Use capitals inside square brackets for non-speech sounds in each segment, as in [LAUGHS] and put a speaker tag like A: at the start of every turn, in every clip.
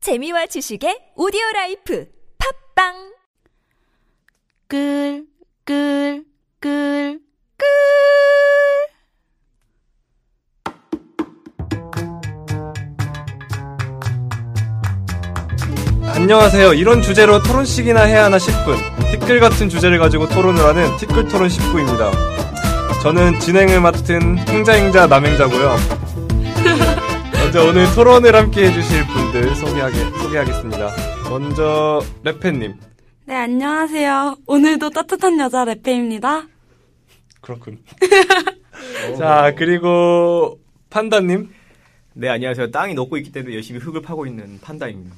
A: 재미와 지식의 오디오 라이프 팝빵
B: 끌, 끌, 끌, 끌.
C: 안녕하세요. 이런 주제로 토론식이나 해야 하나 싶은 티끌 같은 주제를 가지고 토론을 하는 티끌 토론 19입니다. 저는 진행을 맡은 행자행자 남행자고요. 먼저 오늘 토론을 함께 해주실 분들 소개하게, 소개하겠습니다. 먼저 레페님.
B: 네, 안녕하세요. 오늘도 따뜻한 여자 레페입니다.
D: [LAUGHS]
C: 그렇군. 자, 그리고 판다님.
D: 네 안녕하세요. 땅이 녹고 있기 때문에 열심히 흙을 파고 있는 판다입니다.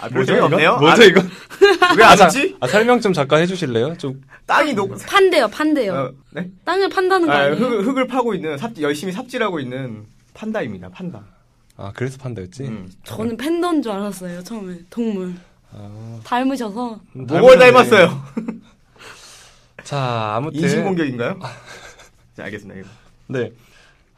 D: 아, 별
C: 뭐죠,
D: 소용이
C: 이거?
D: 없네요.
C: 뭐죠, 이거?
D: 왜 안
C: 자,
D: 왔지?
C: 아, 설명 좀 잠깐 해주실래요? 좀
D: 땅이 녹. 어,
B: 판대요, 판대요.
D: 네?
B: 땅을 판다는 거
D: 아,
B: 아니에요?
D: 흙, 흙을 파고 있는 삽 열심히 삽질하고 있는 판다입니다. 판다.
C: 아, 그래서 판다였지?
D: 음.
B: 저는 팬더인 줄 알았어요, 처음에. 동물. 닮으셔서.
D: 목을 닮았어요.
C: 음, 네. 자, 아무튼.
D: 네. 인신 공격인가요? 자 알겠습니다. 이거.
C: 네.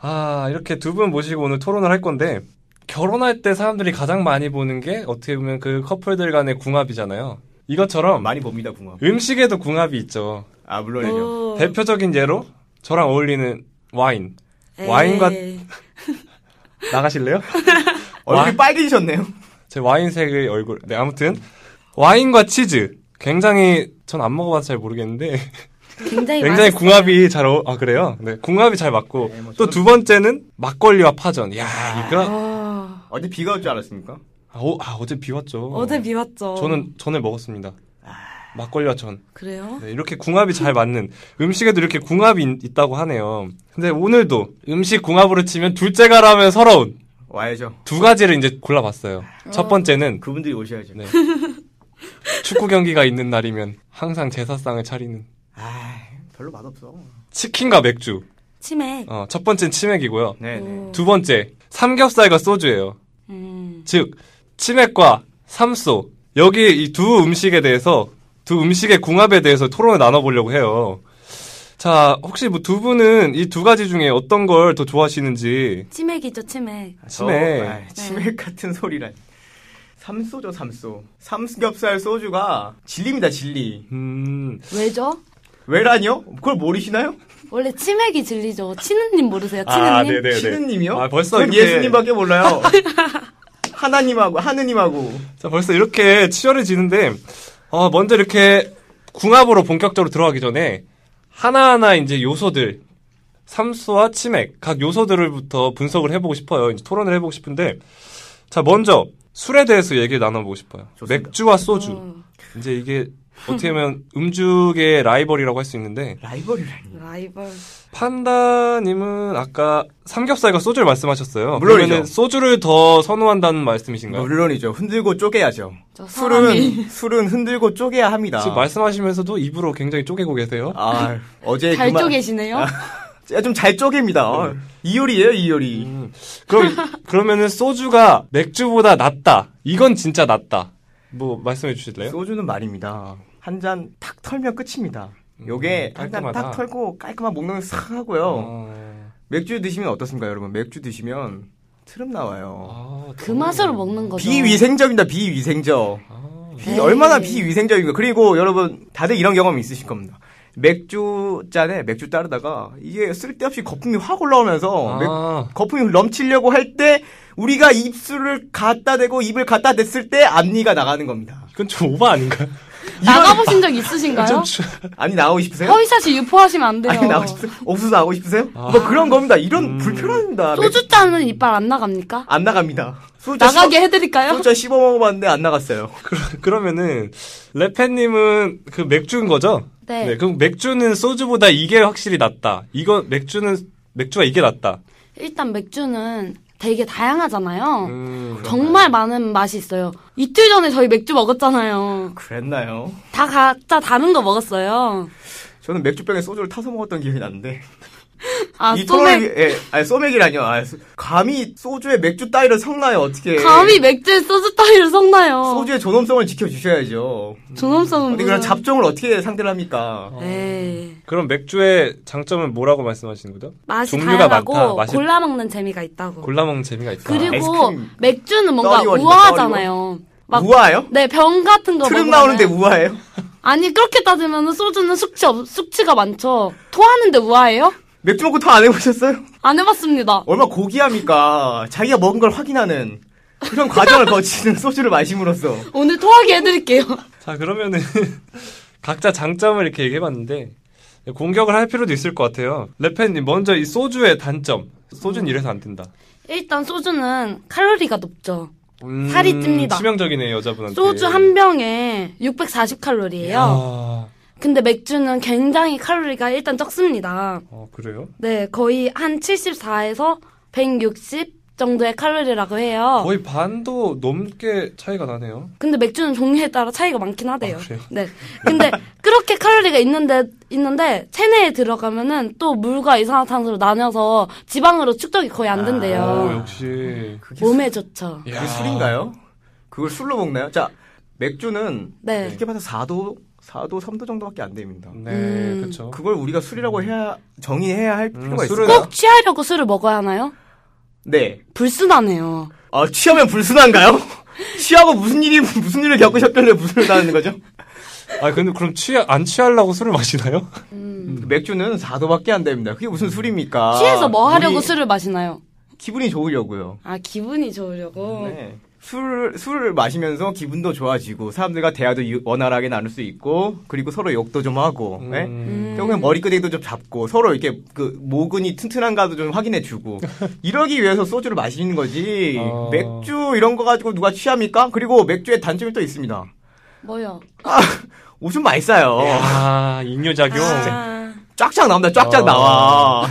C: 아, 이렇게 두 분 모시고 오늘 토론을 할 건데, 결혼할 때 사람들이 가장 많이 보는 게 어떻게 보면 그 커플들 간의 궁합이잖아요. 이것처럼
D: 많이 봅니다 궁합.
C: 음식에도 궁합이 있죠.
D: 아 물론이죠.
B: 오.
C: 대표적인 예로 저랑 어울리는 와인. 아, 와인과
B: 에이.
C: 나가실래요? [LAUGHS]
D: 얼굴이 빨개지셨네요.
C: 제 와인색의 얼굴. 네, 아무튼 와인과 치즈. 굉장히 전 안 먹어봐서 잘 모르겠는데 [LAUGHS]
B: 굉장히,
C: 굉장히
B: 네, 맛있-
C: 궁합이 잘 어, 아 그래요? 네, 궁합이 잘 맞고
D: 네, 뭐
C: 또
D: 저는-
C: 두 번째는 막걸리와 파전. 야, 이거
B: 아,
D: 어제 비가 올 줄 알았습니까?
C: 아, 어, 아, 어제 비 왔죠.
B: 어제 비 왔죠. 아.
C: 저는 전에 먹었습니다. 막걸리와 전.
B: 그래요?
C: 네, 이렇게 궁합이 잘 맞는 음식에도 이렇게 궁합이 있- 있다고 하네요. 근데 오늘도 음식 궁합으로 치면 둘째가라면 서러운
D: 와야죠.
C: 두 가지를 이제 골라봤어요. 첫 번째는
D: 그분들이 오셔야죠.
C: 네. 축구 경기가 있는 날이면 항상 제사상을 차리는
D: 아 별로 맛없어.
C: 치킨과 맥주.
B: 치맥.
C: 어, 첫 번째는 치맥이고요.
D: 네네.
C: 두 번째 삼겹살과 소주예요.
B: 음.
C: 즉 치맥과 삼소 여기 이 두 음식에 대해서 두 음식의 궁합에 대해서 토론을 나눠보려고 해요. 자 혹시 뭐 두 분은 이 두 가지 중에 어떤 걸 더 좋아하시는지
B: 치맥이죠, 치맥.
C: 치맥.
D: 아, 저, 아이, 치맥 같은 소리란. 삼소죠 삼소. 삼겹살 소주가 진리입니다 진리.
C: 음
B: 왜죠?
D: 왜라니요? 그걸 모르시나요?
B: 원래 치맥이 진리죠. 치느님 모르세요? 치느님?
D: 네, 신우님이요?
C: 아, 벌써
D: 전
C: 이렇게-
B: [LAUGHS]
D: 예수님밖에 몰라요. 하나님하고 하느님하고.
C: 자 벌써 이렇게 치열해지는데 어, 먼저 이렇게 궁합으로 본격적으로 들어가기 전에 하나하나 이제 요소들 삼수와 치맥 각 요소들을부터 분석을 해보고 싶어요. 이제 토론을 해보고 싶은데 자 먼저 술에 대해서 얘기를 나눠보고 싶어요.
D: 좋습니다.
C: 맥주와 소주
B: 음. 어,
C: 이제 이게 어떻게 보면 음주계 라이벌이라고 할 수 있는데
D: 라이벌이라니.
B: 라이벌.
C: 판다님은 아까 삼겹살과 소주를 말씀하셨어요.
D: 물론이죠.
C: 그러면은 소주를 더 선호한다는 말씀이신가요?
D: 물론이죠. 흔들고 쪼개야죠.
B: 저 사람이-
D: 술은 술은 흔들고 쪼개야 합니다.
C: 지금 말씀하시면서도 입으로 굉장히 쪼개고 계세요.
D: 아 어제
B: 잘
D: 그만... 아,
B: 쪼개시네요.
D: 좀 잘 쪼갭니다. 아,
C: 네.
D: 이효리예요 이효리.
C: 음, 그럼 그러면은 소주가 맥주보다 낫다. 이건 진짜 낫다. 뭐 말씀해 주실래요?
D: 소주는 말입니다. 한 잔 탁 털면 끝입니다. 요게 한 잔
C: 음, 깔끔하다.
D: 탁 털고 깔끔한 목록을 싹 하고요.
C: 어.
D: 맥주 드시면 어떻습니까, 여러분? 맥주 드시면 트름 나와요.
C: 아,
B: 그 맛으로 먹는 거죠.
D: 비위생적입니다, 비위생적.
C: 아,
D: 비-
B: 에이.
D: 얼마나 비위생적인가. 그리고 여러분, 다들 이런 경험이 있으실 겁니다. 맥주 잔에 맥주 따르다가 이게 쓸데없이 거품이 확 올라오면서
C: 아.
D: 맥- 거품이 넘치려고 할 때 우리가 입술을 갖다 대고 입을 갖다 댔을 때 앞니가 나가는 겁니다.
C: 이건 좀 오바 아닌가?
B: [LAUGHS]
C: 요
B: 나가보신 적 있으신가요?
D: 아니 나오고 싶으세요? [LAUGHS]
B: 허위사실 네. 유포하시면 안 돼요.
D: 아니 나오고 싶으세요? 옥수수 나오고 싶으세요?
C: 아.
D: 뭐 그런 겁니다. 이런 불편합니다. 아, 맥-
B: 음. 소주 잔은 이빨 안 나갑니까?
D: 안 나갑니다. 소주
B: 나가게
D: 씹어-
B: 해드릴까요?
D: 소주 씹어 먹어봤는데 안 나갔어요.
C: [LAUGHS]
D: [LAUGHS]
C: 그러면은 레페님은 그 맥주인 거죠?
B: 네.
C: 그럼 맥주는 소주보다 이게 확실히 낫다. 이거 맥주는 맥주가 이게 낫다.
B: 일단 맥주는 되게 다양하잖아요.
C: 음.
B: 정말 많은 맛이 있어요. 이틀 전에 저희 맥주 먹었잖아요.
D: 그랬나요?
B: 다 각자 다른 거 먹었어요.
D: 저는 맥주병에 소주를 타서 먹었던 기억이 나는데
B: 아,
D: 이 토론을
B: 소맥.
D: 위- 예, 아니 소맥이라뇨. 아, 소- 감히 소주에 맥주 따위를 섞나요? 어떻게?
B: 감히 어. 맥주에 소주 따위를 섞나요?
D: 소주의 존엄성을 지켜주셔야죠.
B: 존엄성은
D: 근데 그런
B: 무슨-
D: 잡종을 어떻게 상대를 합니까?
B: 에이.
C: 그럼 맥주의 장점은 뭐라고 말씀하시는 거죠?
B: 네. 맛이
C: 종류가
B: 다양하고
C: 많다. 맛이-
B: 골라 먹는 재미가 있다고.
C: 골라 먹는 재미가 있다.
B: 그리고
D: 아이스크림.
B: 맥주는 뭔가
D: 떠리원이다,
B: 우아하잖아요. 막
D: 우아요?
B: 네, 병 같은 거
D: 트름
B: 먹으면은-
D: 나오는데 우아해요?
B: 아니, 그렇게 따지면 소주는 숙취 없, 숙취가 많죠. 토하는데 우아해요?
D: 맥주 먹고 다 안 해보셨어요?
B: 안 해봤습니다.
D: 얼마 나 고귀합니까? 자기가 먹은 걸 확인하는 그런 과정을 [LAUGHS] 거치는 소주를 마심으로써
B: 오늘 토하게 해드릴게요.
C: 자
B: [LAUGHS]
C: 그러면은 [LAUGHS] 각자 장점을 이렇게 얘기해봤는데 공격을 할 필요도 있을 것 같아요. 레펜님 먼저 이 소주의 단점. 소주는 이래서 안 된다.
B: 일단 소주는 칼로리가 높죠. 살이
C: 음,
B: 찝니다.
C: 아, 치명적이네 여자분한테.
B: 소주 한 병에 640칼로리예요.
C: 아,
B: 근데 맥주는 굉장히 칼로리가 일단 적습니다.
C: 어, 그래요?
B: 네, 거의 한 74에서 160 정도의 칼로리라고 해요.
C: 거의 반도 넘게 차이가 나네요.
B: 근데 맥주는 종류에 따라 차이가 많긴 하대요.
C: 아, 그래요?
B: 네. 근데 그렇게 칼로리가 있는데 있는데 체내에 들어가면은 또 물과 이산화탄소로 나뉘어서 지방으로 축적이 거의 안 된대요.
C: 아, 오, 역시.
D: 그게, 술-
B: 몸에 좋죠.
D: 그게 술인가요? 그걸 술로 먹나요? 자, 맥주는
B: 네.
D: 이렇게 봐서 4도, 4도, 3도 정도밖에 안 됩니다.
C: 네,
B: 음.
C: 그렇죠.
D: 그걸 우리가 술이라고 해야 정의해야 할
C: 음, 술은-
D: 필요가 있을까요?
B: 꼭 취하려고 술을 먹어야 하나요?
D: 네.
B: 불순하네요.
D: 아, 취하면 불순한가요? [LAUGHS] 취하고 무슨 일이 무슨 일을 겪으셨길래 무술을 다하는 거죠?
C: 아 근데 그럼 취 안 취하려고 술을 마시나요?
D: 음. 그 맥주는 4도밖에 안 됩니다. 그게 무슨 술입니까?
C: 아,
B: 취해서 뭐 하려고
D: 우리
B: 술을 마시나요?
D: 기분이 좋으려고요.
B: 아 기분이 좋으려고.
D: 네. 술, 술을 마시면서 기분도 좋아지고 사람들과 대화도 유- 원활하게 나눌 수 있고 그리고 서로 욕도 좀 하고 네?
B: 음.
D: 결국엔 머리끄댕이도 좀 잡고 서로 이렇게 그 모근이 튼튼한가도 좀 확인해주고 이러기 위해서 소주를 마시는 거지
C: 어.
D: 맥주 이런 거 가지고 누가 취합니까? 그리고 맥주의 단점이 또 있습니다.
B: 뭐요?
D: 옷은 많이 싸요.
C: 아 인효작용.
B: 아,
D: 쫙쫙 나옵니다. 쫙쫙
C: 어.
D: 나와.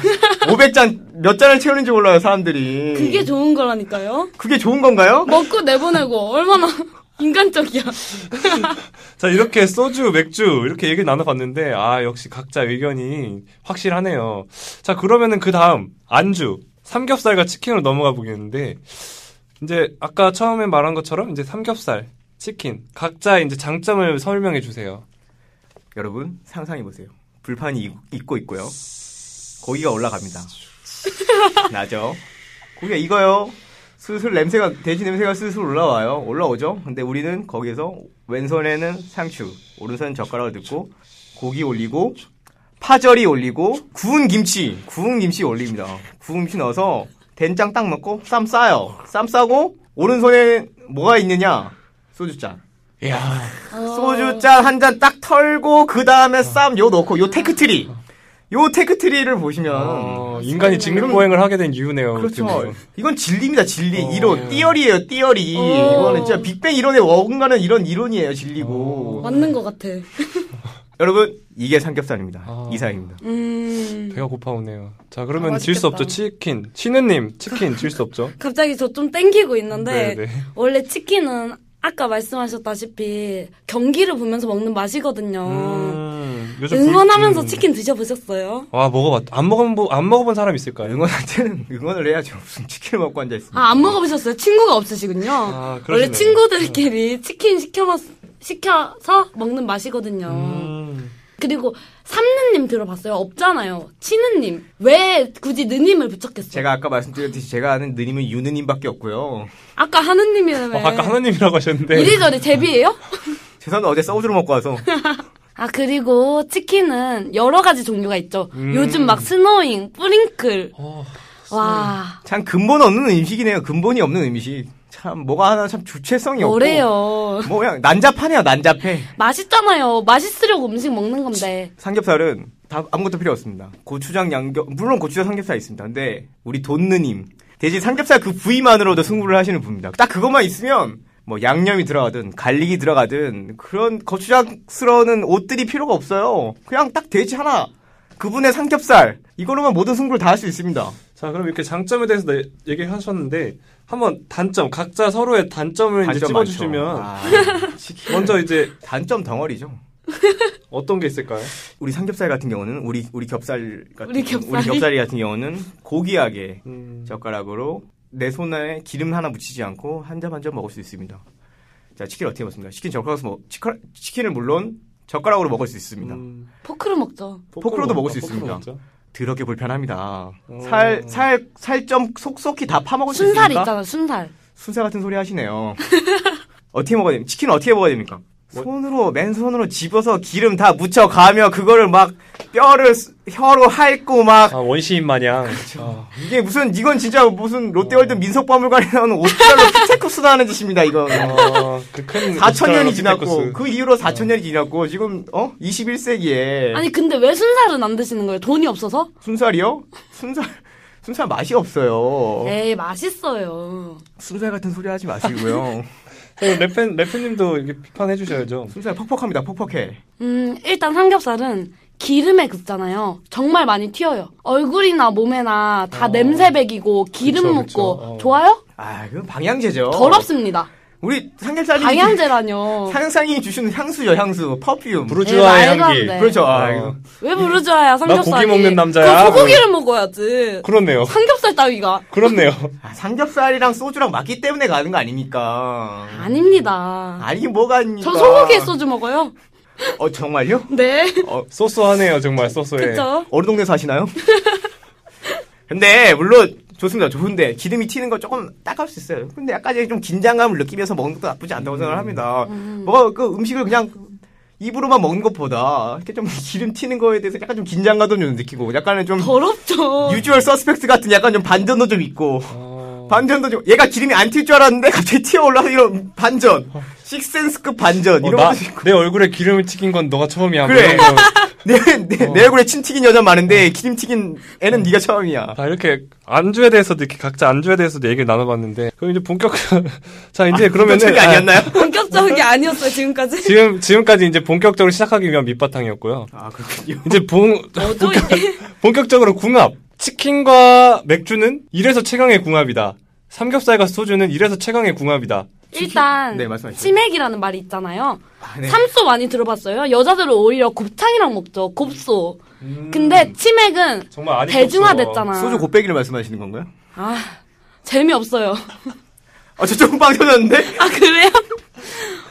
D: 500잔 몇 잔을 채우는지 몰라요 사람들이.
B: 그게 좋은 거라니까요.
D: 그게 좋은 건가요?
B: 먹고 내보내고 얼마나 [LAUGHS] 인간적이야.
C: 자 이렇게 소주, 맥주 이렇게 얘기 를 나눠봤는데 아 역시 각자 의견이 확실하네요. 자 그러면은 그 다음 안주 삼겹살과 치킨으로 넘어가 보겠는데 이제 아까 처음에 말한 것처럼 이제 삼겹살, 치킨 각자 이제 장점을 설명해 주세요.
D: 여러분 상상해 보세요. 불판이 이- 있고 있고요. 고기가 올라갑니다. 나죠. 고기가 익어요. 슬슬 냄새가 돼지 냄새가 슬슬 올라와요. 올라오죠. 근데 우리는 거기에서 왼손에는 상추, 오른손 젓가락을 듣고 고기 올리고 파절이 올리고 구운 김치, 구운 김치 올립니다. 구운 김치 넣어서 된장 딱 넣고 쌈 싸요. 쌈 싸고 오른손에 뭐가 있느냐? 소주잔.
C: 이야
D: 그 소주 잔 한 잔 딱 털고 그 다음에 쌈 요 넣고 요 테크트리 요 테크트리를 보시면
C: 어, 인간이 직립보행을 하게 된 이유네요.
D: 아, 음. 그렇죠
C: 어떻게
D: 이건 진리입니다 진리
C: 어.
D: 이론 띠어리예요 띠어리
B: 어.
D: 이거는 진짜 빅뱅 이론에 어긋나는 이런 이론이에요 진리고
B: 맞는 것 같아.
D: 여러분 이게 삼겹살입니다
C: 어.
D: 이상입니다
B: 음.
C: 배가 고파오네요. 자
B: 아,
C: 그러면
B: 맛있겠다.
C: 질 수 없죠 치킨. 신우님 치킨 질 수 없죠.
B: 갑자기 저 좀 땡기고 있는데
C: 네, 네.
B: 원래 치킨은 아까 말씀하셨다시피 경기를 보면서 먹는 맛이거든요.
C: 음, 요즘 불-
B: 응원하면서
C: 음.
B: 치킨 드셔보셨어요?
C: 아 먹어봤 안 먹어본 안 먹어본 사람 있을까요?
D: 응원한테는 응원을 해야죠 무슨 치킨을 먹고 앉아있습니다
B: 아 안 먹어보셨어요? 친구가 없으시군요.
C: 아, 그러시네요. 네.
B: 원래 친구들끼리 치킨 시켜 먹- 시켜서 먹는 맛이거든요.
C: 음.
B: 그리고 삼느님 들어봤어요? 없잖아요. 치느님 왜 굳이 느님을 붙였겠어요?
D: 제가 아까 말씀드렸듯이 제가 아는 느님은 유느님밖에 없고요
B: 아까 하느님이라며
C: 어, 아까 네. 하나님이라고 하셨는데
B: 이리저리 제비예요?
D: 죄송합니다 어제 소주를 먹고 와서
B: 아 그리고 치킨은 여러 가지 종류가 있죠.
C: 음.
B: 요즘 막 스노잉, 뿌링클.
C: 어,
B: 와
D: 참 근본 없는 음식이네요 근본이 없는 음식 참 뭐가 하나 참 주체성이 없고
B: 뭐래요?
D: 뭐 그냥 난잡하네요 난잡해
B: 맛있잖아요. 맛있으려고 음식 먹는 건데.
D: 삼겹살은 다 아무것도 필요 없습니다 고추장 양념 물론 고추장 삼겹살 있습니다 근데 우리 돈느님 대신 삼겹살 그 부위만으로도 승부를 하시는 분입니다 딱 그것만 있으면 뭐 양념이 들어가든 갈릭이 들어가든 그런 고추장스러운 옷들이 필요가 없어요 그냥 딱 돼지 하나 그분의 삼겹살 이걸로만 모든 승부를 다 할 수 있습니다
C: 자 그럼 이렇게 장점에 대해서 네, 얘기하셨는데 한번 단점 각자 서로의 단점을 이제
D: 단점 많죠.
C: 찝어주시면
D: 아, 치킨.
C: 먼저 이제
D: 단점 덩어리죠
C: 어떤 게 있을까요?
D: 우리 삼겹살 같은 경우는 우리 우리 겹살 같은
B: 우리 겹살이?
D: 우리 겹살이 같은 경우는 고귀하게
C: 음,
D: 젓가락으로 내 손에 기름 하나 묻히지 않고 한 점 한 점 먹을 수 있습니다. 자 치킨 어떻게 먹습니까? 치킨 젓가락으로 먹 치카- 치킨을 물론 젓가락으로 먹을 수 있습니다.
C: 음, 아,
B: 포크로 먹죠.
D: 포크로도 먹을 수
C: 포크로
D: 있습니다.
C: 먹죠.
D: 더럽게 불편합니다.
C: 어.
D: 살 살 살점 속속히 다 파먹을 수 있습니까?
B: 순살 있잖아, 순살.
D: 순살 같은 소리 하시네요. [LAUGHS] 어떻게 먹어야 됩니까? 치킨 어떻게 먹어야 됩니까?
C: 뭐-
D: 손으로 맨손으로 집어서 기름 다 묻혀 가며 그거를 막 뼈를 스- 혀로 핥고 막
C: 아, 원시인 마냥. 아,
D: 이게 무슨 이건 진짜 무슨 롯데월드
C: 어.
D: 민속박물관에 나오는 오스칼로 [LAUGHS] 피테쿠스나 하는 짓입니다 이거.
C: 아,
D: [LAUGHS]
C: 그큰
D: 4천 년이 지났고
C: 피테쿠스.
D: 그 이후로 4천 년이 지났고 지금 어
C: 네.
D: 21세기에
B: 아니, 근데 왜 순살은 안 드시는 거예요? 돈이 없어서?
D: 순살이요? 순살 순살 맛이 없어요.
B: 에이, 맛있어요.
D: 순살 같은 소리
B: [LAUGHS]
D: 하지 마시고요.
C: 그럼 래팬 래팬님도 이렇게 비판해 주셔야죠.
D: 순살 퍽퍽합니다 퍽퍽해.
B: 음, 일단 삼겹살은 기름에 굽잖아요. 정말 많이 튀어요. 얼굴이나 몸에나 다
C: 어.
B: 냄새 배기고 기름
C: 그쵸,
B: 묻고
C: 그쵸. 어.
B: 좋아요?
D: 아 그건 방향제죠.
B: 더럽습니다.
D: 우리
C: 어. [LAUGHS]
D: 삼겹살이
B: 방향제라뇨.
D: 상상이 주시는 향수요 향수 퍼퓸
C: 부르주아의
B: 에이, 네, 말도
C: 향기.
B: 안 돼.
D: 그 그렇죠 아,
C: 어.
D: 이거.
B: 왜 부르주아야
C: 고기
B: 삼겹살이?
C: 먹는 남자야.
B: 그거 소고기를 먹어야지.
C: 그렇네요. [LAUGHS]
B: 삼겹살 따위가
C: 그렇네요.
D: 아, 삼겹살이랑 소주랑 맞기 때문에 가는 거 아닙니까
B: 아닙니다.
D: 아니 뭐가 아닙니까
B: 전 소고기에 소주 먹어요.
D: 어 정말요?
B: 네.
C: 소소하네요, 정말 소소해.
B: 그쵸?
D: 어느 동네 사시나요? [LAUGHS] 근데 물론 좋습니다 좋은데 기름이 튀는 거 조금 딱할 수 있어요 근데 약간 좀 긴장감을 느끼면서 먹는 것도 나쁘지 않다고
C: 음.
D: 생각을 합니다 뭐가 그 음식을 그냥 입으로만 먹는 것보다 이렇게 좀 [LAUGHS] 기름 튀는 거에 대해서 약간 좀 긴장감도 좀 느끼고 약간은 좀
B: 더럽죠.
D: 유주얼 서스펙트 같은 약간 좀 반전도 좀 있고
C: 어,
D: 반전도 좀 얘가 기름이 안 튈 줄 알았는데 갑자기 튀어 올라서 이런 반전 식센스급 반전
C: 어,
D: 이런
C: 나,
D: 것도 있고 [LAUGHS]
C: 내 얼굴에 기름을 튀긴 건 너가 처음이야.
D: 그래.
C: 뭐 이런 거.
D: 내, 내,
C: 어.
D: 내 얼굴에 침 튀긴 여자 많은데 기름 튀긴 애는 네가 처음이야
C: 아, 이렇게 안주에 대해서도 이렇게 각자 안주에 대해서도 얘기를 나눠봤는데 그럼 이제 본격 [LAUGHS] 자 이제 그러면은
D: 네, 그게 아니었나요?
B: 본격적인 게
C: [LAUGHS]
B: 아니었어요 지금까지.
C: 지금 지금까지 이제 본격적으로 시작하기 위한 밑바탕이었고요.
D: 아 그렇군요
C: 이제 본
B: 뭐죠 이게?
C: 본격적으로 궁합 치킨과 맥주는 이래서 최강의 궁합이다. 삼겹살과 소주는 이래서 최강의 궁합이다.
B: 일단
D: 네, 말씀하시죠.
B: 치맥이라는 말이 있잖아요.
D: 아, 네.
B: 삼소 많이 들어봤어요. 여자들은 오히려 곱창이랑 먹죠. 곱소. 근데 치맥은
C: 정말 아직도
B: 대중화됐잖아.
D: 소주 곱빼기를 말씀하시는 건가요?
B: 아 재미없어요. [LAUGHS]
D: 아 저 조금 빵 터졌는데?
B: 아 그래요?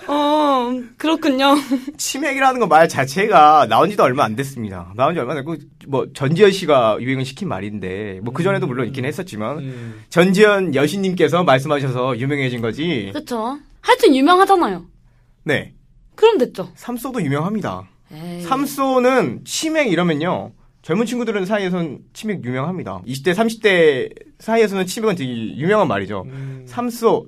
B: 어 그렇군요.
D: 치맥이라는 거 말 자체가 나온 지도 얼마 안 됐습니다 나온 지 얼마 안 됐고 뭐 전지현 씨가 유행을 시킨 말인데 뭐 그전에도 물론 있긴 했었지만 전지현 여신님께서 말씀하셔서 유명해진 거지
B: 그쵸? 하여튼 유명하잖아요.
D: 네
B: 그럼 됐죠.
D: 삼소도 유명합니다
B: 에이.
D: 삼소는 치맥 이러면요. 젊은 친구들은 사이에선 치맥 유명합니다. 20대, 30대 사이에서는 치맥은 되게 유명한 말이죠.
B: 음.
D: 삼소.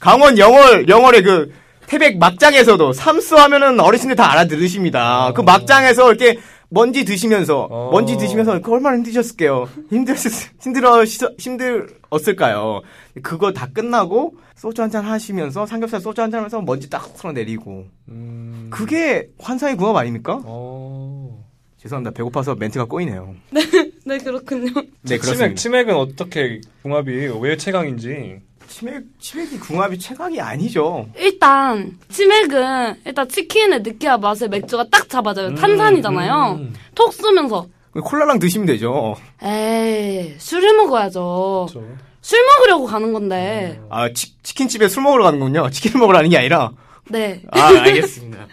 D: 강원 영월, 영월의 그 태백 막장에서도 삼소 하면은 어르신들 다 알아들으십니다.
B: 어.
D: 그 막장에서 이렇게 먼지 드시면서,
C: 어.
D: 먼지 드시면서 그 얼마나 힘드셨을게요. 힘들었, 힘들어, 힘들었을까요. 그거 다 끝나고 소주 한잔 하시면서 삼겹살 소주 한잔 하면서 먼지 딱 털어내리고.
C: 음,
D: 그게 환상의 궁합 아닙니까?
C: 어.
D: 죄송합니다. 배고파서 멘트가 꼬이네요.
B: 네 그렇군요.
D: 네,
C: 치맥
D: 그렇습니다.
C: 치맥은 어떻게 궁합이 왜 최강인지
D: 치맥, 치맥이 궁합이 최강이 아니죠.
B: 일단 치맥은 일단 치킨의 느끼한 맛에 맥주가 딱 잡아줘요.
D: 음,
B: 탄산이잖아요.
C: 음.
B: 톡 쏘면서
D: 콜라랑 드시면 되죠.
B: 에이 술을 먹어야죠.
C: 그렇죠.
B: 술 먹으려고 가는 건데
D: 아, 치, 킨집에술 먹으러 가는군요. 치킨을 먹으러 가는 게 아니라.
B: 네
D: 아, 알겠습니다.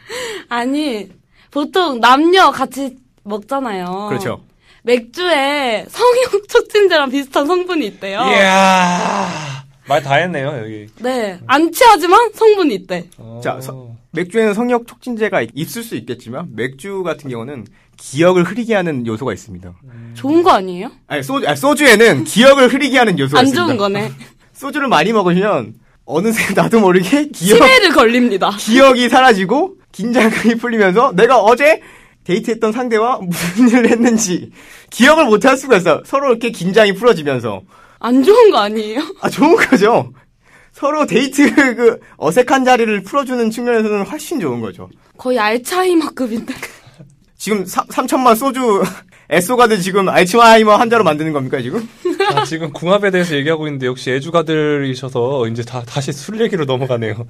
B: 아니 보통 남녀 같이 먹잖아요.
D: 그렇죠.
B: 맥주에 성형 촉진제랑 비슷한 성분이 있대요.
D: 예.
C: 이야 말 다 했네요 여기. 어.
B: 네, 안 취하지만 성분이 있대.
D: [LAUGHS] 자, 서- 맥주에는 성역 촉진제가 있을 수 있겠지만, 맥주 같은 경우는 기억을 흐리게 하는 요소가 있습니다.
B: 좋은 거 아니에요?
D: 아니, 소주, 아, 소주에는 기억을 흐리게 하는 요소가
B: 안
D: 있습니다.
B: 좋은
D: [LAUGHS]
B: 거네.
D: 소주를 많이 먹으면, 어느새 나도 모르게 기억,
B: 치매를 걸립니다.
D: 기억이 사라지고 긴장감이 풀리면서 내가 어제 데이트했던 상대와 무슨 [LAUGHS] 일을 했는지 기억을 못 할 수가 있어. 서로 이렇게 긴장이 풀어지면서
B: 안 좋은 거 아니에요? [LAUGHS]
D: 아 좋은 거죠. 서로 데이트 그 어색한 자리를 풀어주는 측면에서는 훨씬 좋은 거죠.
B: 거의 알츠하이머급인데. [LAUGHS]
D: [LAUGHS] 지금 3, 삼천만 소주 에소가드 지금 알츠하이머 환자로 만드는 겁니까 지금?
C: 아, 지금 궁합에 대해서 얘기하고 있는데 역시 애주가들이셔서 이제 다 다시 술 얘기로 넘어가네요.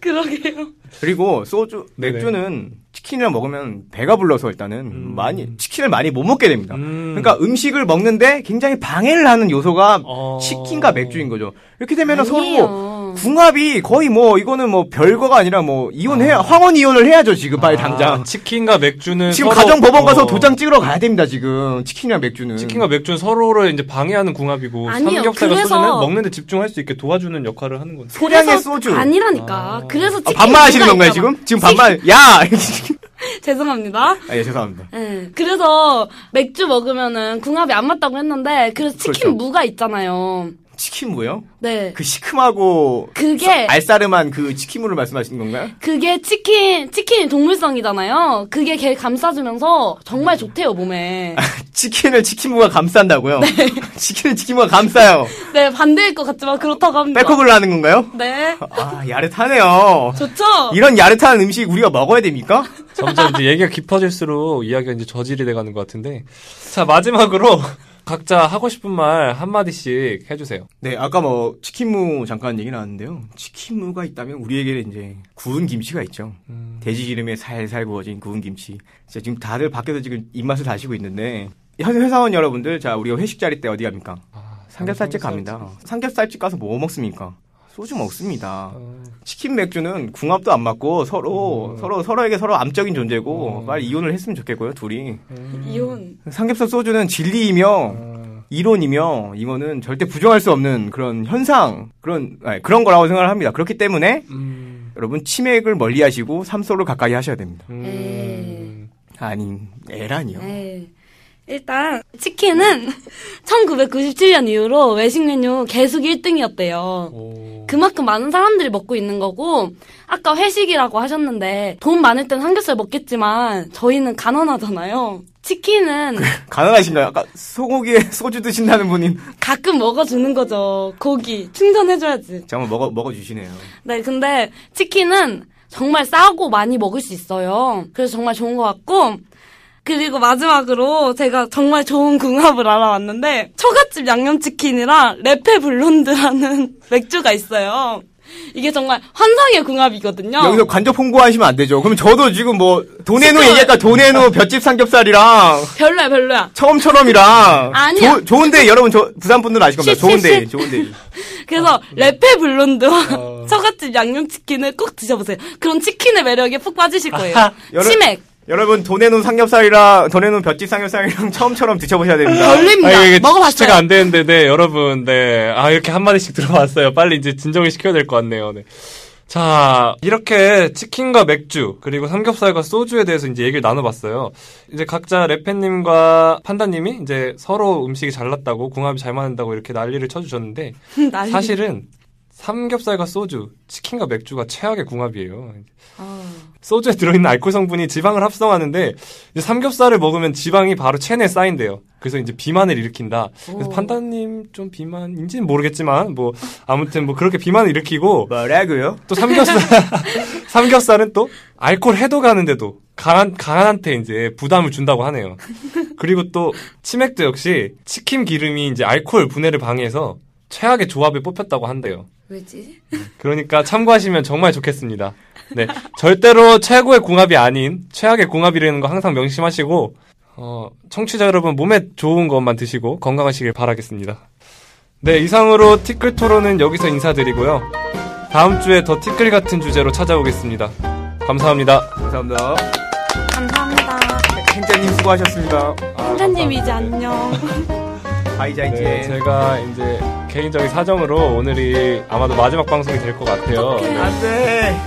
B: 그러게요.
D: 그리고 소주, 맥주는 치킨이랑 먹으면 배가 불러서 일단은 많이 치킨을 많이 못 먹게 됩니다.
C: 음.
D: 그러니까 음식을 먹는데 굉장히 방해를 하는 요소가
C: 어.
D: 치킨과 맥주인 거죠. 이렇게 되면
B: 아니에요.
D: 서로 궁합이 거의 뭐 이거는 뭐 별거가 아니라 뭐 이혼해 황혼 이혼을 해야죠 지금 빨리
C: 아,
D: 당장.
C: 치킨과 맥주는
D: 지금
C: 서로-
D: 가정 법원 가서
C: 어, 음.
D: 도장 찍으러 가야 됩니다 지금 치킨이랑 맥주는.
C: 치킨과 맥주는 서로를 이제 방해하는 궁합이고
B: 아니요,
C: 삼겹살과
B: 그래서-
C: 소주는 먹는데 집중할 수 있게 도와주는 역할을 하는 건데.
D: 소량의
B: 그래서
D: 소주.
B: 아니라니까.
C: 아.
B: 그래서
D: 아,
B: 치킨
D: 반말하시는
B: 문제가
D: 건가요
B: 있잖아.
D: 지금? 지금 반말? 야. [LAUGHS]
B: 치킨- [LAUGHS] 죄송합니다.
D: 아, 예 죄송합니다.
B: 예. 그래서 맥주 먹으면은 궁합이 안 맞다고 했는데 그래서 치킨
D: 그렇죠.
B: 무가 있잖아요.
D: 치킨 뭐요?
B: 네.
D: 그 시큼하고
B: 그게
D: 알싸름한 그 치킨물을 말씀하시는 건가요?
B: 그게 치킨 치킨이 동물성이잖아요. 그게 걔 감싸주면서 정말 좋대요
D: [LAUGHS]
B: 몸에.
D: 치킨을 치킨무가 감싼다고요? [LAUGHS] 치킨을 치킨무가 감싸요.
B: 네 반대일 것 같지만 그렇다고 합니다.
D: 백허그를 하는 건가요?
B: 네
D: 아 야릇하네요.
B: 좋죠.
D: 이런 야릇한 음식 우리가 먹어야 됩니까?
C: 점점 이제 얘기가 깊어질수록 이야기가 이제 저질이 돼가는 것 같은데. 자 마지막으로 [LAUGHS] 각자 하고 싶은 말 한마디씩 해주세요.
D: 네, 아까 뭐 치킨무 잠깐 얘기 나왔는데요. 치킨무가 있다면 우리에게는 이제 구운 김치가 있죠. 돼지 기름에 살살 구워진 구운 김치. 진짜 지금 다들 밖에서 지금 입맛을 다시고 있는데 현 회사원 여러분들, 자 우리가 회식 자리 때 어디 갑니까?
C: 아,
D: 삼겹살집 갑니다. 삼겹살집 가서 뭐 먹습니까? 소주 먹습니다.
C: 어,
D: 치킨 맥주는 궁합도 안 맞고 서로 서로 서로에게 서로 암적인 존재고
C: 음.
D: 빨리 이혼을 했으면 좋겠고요 둘이 예.
B: 이혼.
D: 삼겹살 소주는 진리이며
C: 어,
D: 이론이며 이거는 절대 부정할 수 없는 그런 현상 그런 아니, 그런 거라고 생각을 합니다 그렇기 때문에
C: 음,
D: 여러분 치맥을 멀리하시고 삼소를 가까이 하셔야 됩니다
B: 예.
C: 음.
D: 아니 에라니요
B: 네. 일단 치킨은 [LAUGHS] 1997년 이후로 외식 메뉴 계속 1등이었대요.
C: 오.
B: 그만큼 많은 사람들이 먹고 있는 거고 아까 회식이라고 하셨는데 돈 많을 땐 삼겹살 먹겠지만 저희는 가난하잖아요. 치킨은
D: 가난하신가요 아까 소고기에 [LAUGHS] 소주 드신다는 분이 [LAUGHS]
B: 가끔 먹어주는 거죠. 고기 충전해줘야지.
D: 잠깐 먹어 먹어 주시네요
B: 네, 근데 치킨은 정말 싸고 많이 먹을 수 있어요. 그래서 정말 좋은 것 같고. 그리고 마지막으로 제가 정말 좋은 궁합을 알아왔는데 처갓집 양념치킨이랑 레페 블론드라는 [LAUGHS] 맥주가 있어요. 이게 정말 환상의 궁합이거든요.
D: 여기서 간접 홍보하시면 안 되죠 그럼 저도 지금 뭐 도네노
B: 진짜-
D: 얘기할까 도네노 볏집 삼겹살이랑
B: 별로야 별로야.
D: 처음처럼이랑
B: 아니야.
D: 조- 좋은데 여러분 저 부산 분들 아실 겁니다.
B: 쉿, 쉿,
D: 좋은데
B: 쉿.
D: 좋은데
B: 그래서 레페 블론드와 [LAUGHS]
C: 어.
B: 처갓집 양념치킨을 꼭 드셔보세요. 그럼 치킨의 매력에 푹 빠지실 거예요.
D: 여러-
B: 치맥
D: 여러분 돈에놓은 삼겹살이랑 돈에놓은 볏집 삼겹살이랑 처음처럼 드셔보셔야 됩니다.
B: 별로입니다.
C: 아, 이게 주체가
B: 먹어봤어요.
C: 안 되는데, 네, 여러분, 네. 아, 이렇게 한마디씩 [LAUGHS] 들어봤어요. 빨리 이제 진정을 시켜야 될 것 같네요, 네. 자, 이렇게 치킨과 맥주, 그리고 삼겹살과 소주에 대해서 이제 얘기를 나눠봤어요. 이제 각자 레페님과 판다님이 이제 서로 음식이 잘났다고, 궁합이 잘 맞는다고 이렇게 난리를 쳐주셨는데,
B: [LAUGHS] 난리.
C: 사실은 삼겹살과 소주, 치킨과 맥주가 최악의 궁합이에요.
B: 아.
C: 소주에 들어있는 알코올 성분이 지방을 합성하는데 이제 삼겹살을 먹으면 지방이 바로 체내에 쌓인대요. 그래서 이제 비만을 일으킨다. 그래서
B: 오.
C: 판다님 좀 비만인지는 모르겠지만 뭐 아무튼 뭐 그렇게 비만을 일으키고
D: 뭐라고요?
C: 또 삼겹살 삼겹살은 또 알코올 해독하는데도 강한 강한한테 이제 부담을 준다고 하네요. 그리고 또 치맥도 역시 치킨 기름이 이제 알코올 분해를 방해해서 최악의 조합에 뽑혔다고 한대요.
B: 왜지?
C: 그러니까 참고하시면 정말 좋겠습니다. 네. 절대로 최고의 궁합이 아닌 최악의 궁합이라는 거 항상 명심하시고, 어, 청취자 여러분 몸에 좋은 것만 드시고 건강하시길 바라겠습니다. 네, 이상으로 티끌 토론은 여기서 인사드리고요. 다음 주에 더 티끌 같은 주제로 찾아오겠습니다. 감사합니다.
D: 감사합니다.
B: 감사합니다.
D: 행자님 수고하셨습니다.
B: 팀장님 이제 안녕.
D: 바이자 이제.
C: 네, 제가 이제 개인적인 사정으로 오늘이 아마도 마지막 방송이 될 것 같아요.
B: 어떡해.
C: 네.
D: 안돼.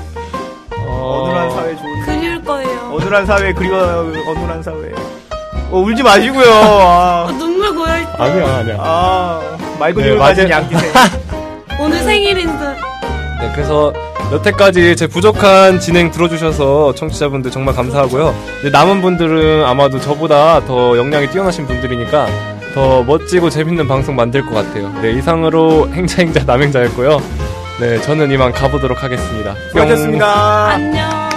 C: 어,
D: 어눌한 사회 좋은.
B: 그리울 거예요.
D: 어눌한 사회 그리워요. 어눌한 사회. 어 울지 마시고요. 아,
B: 눈물 고여 있
C: 아니야, 아니야.
D: 아 맑은
C: 네,
D: 이을 가진
C: 맞아요.
D: 양기세.
C: [LAUGHS]
B: 오늘 생일인데.
C: 네, 그래서 여태까지 제 부족한 진행 들어주셔서 청취자분들 정말 감사하고요. 이제 남은 분들은 아마도 저보다 더 역량이 뛰어나신 분들이니까 더 멋지고 재밌는 방송 만들 것 같아요. 네, 이상으로 [LAUGHS] 행자행자 남행자였고요. 네, 저는 이만 가보도록 하겠습니다. 뿅.
D: 수고하셨습니다.
B: 안녕.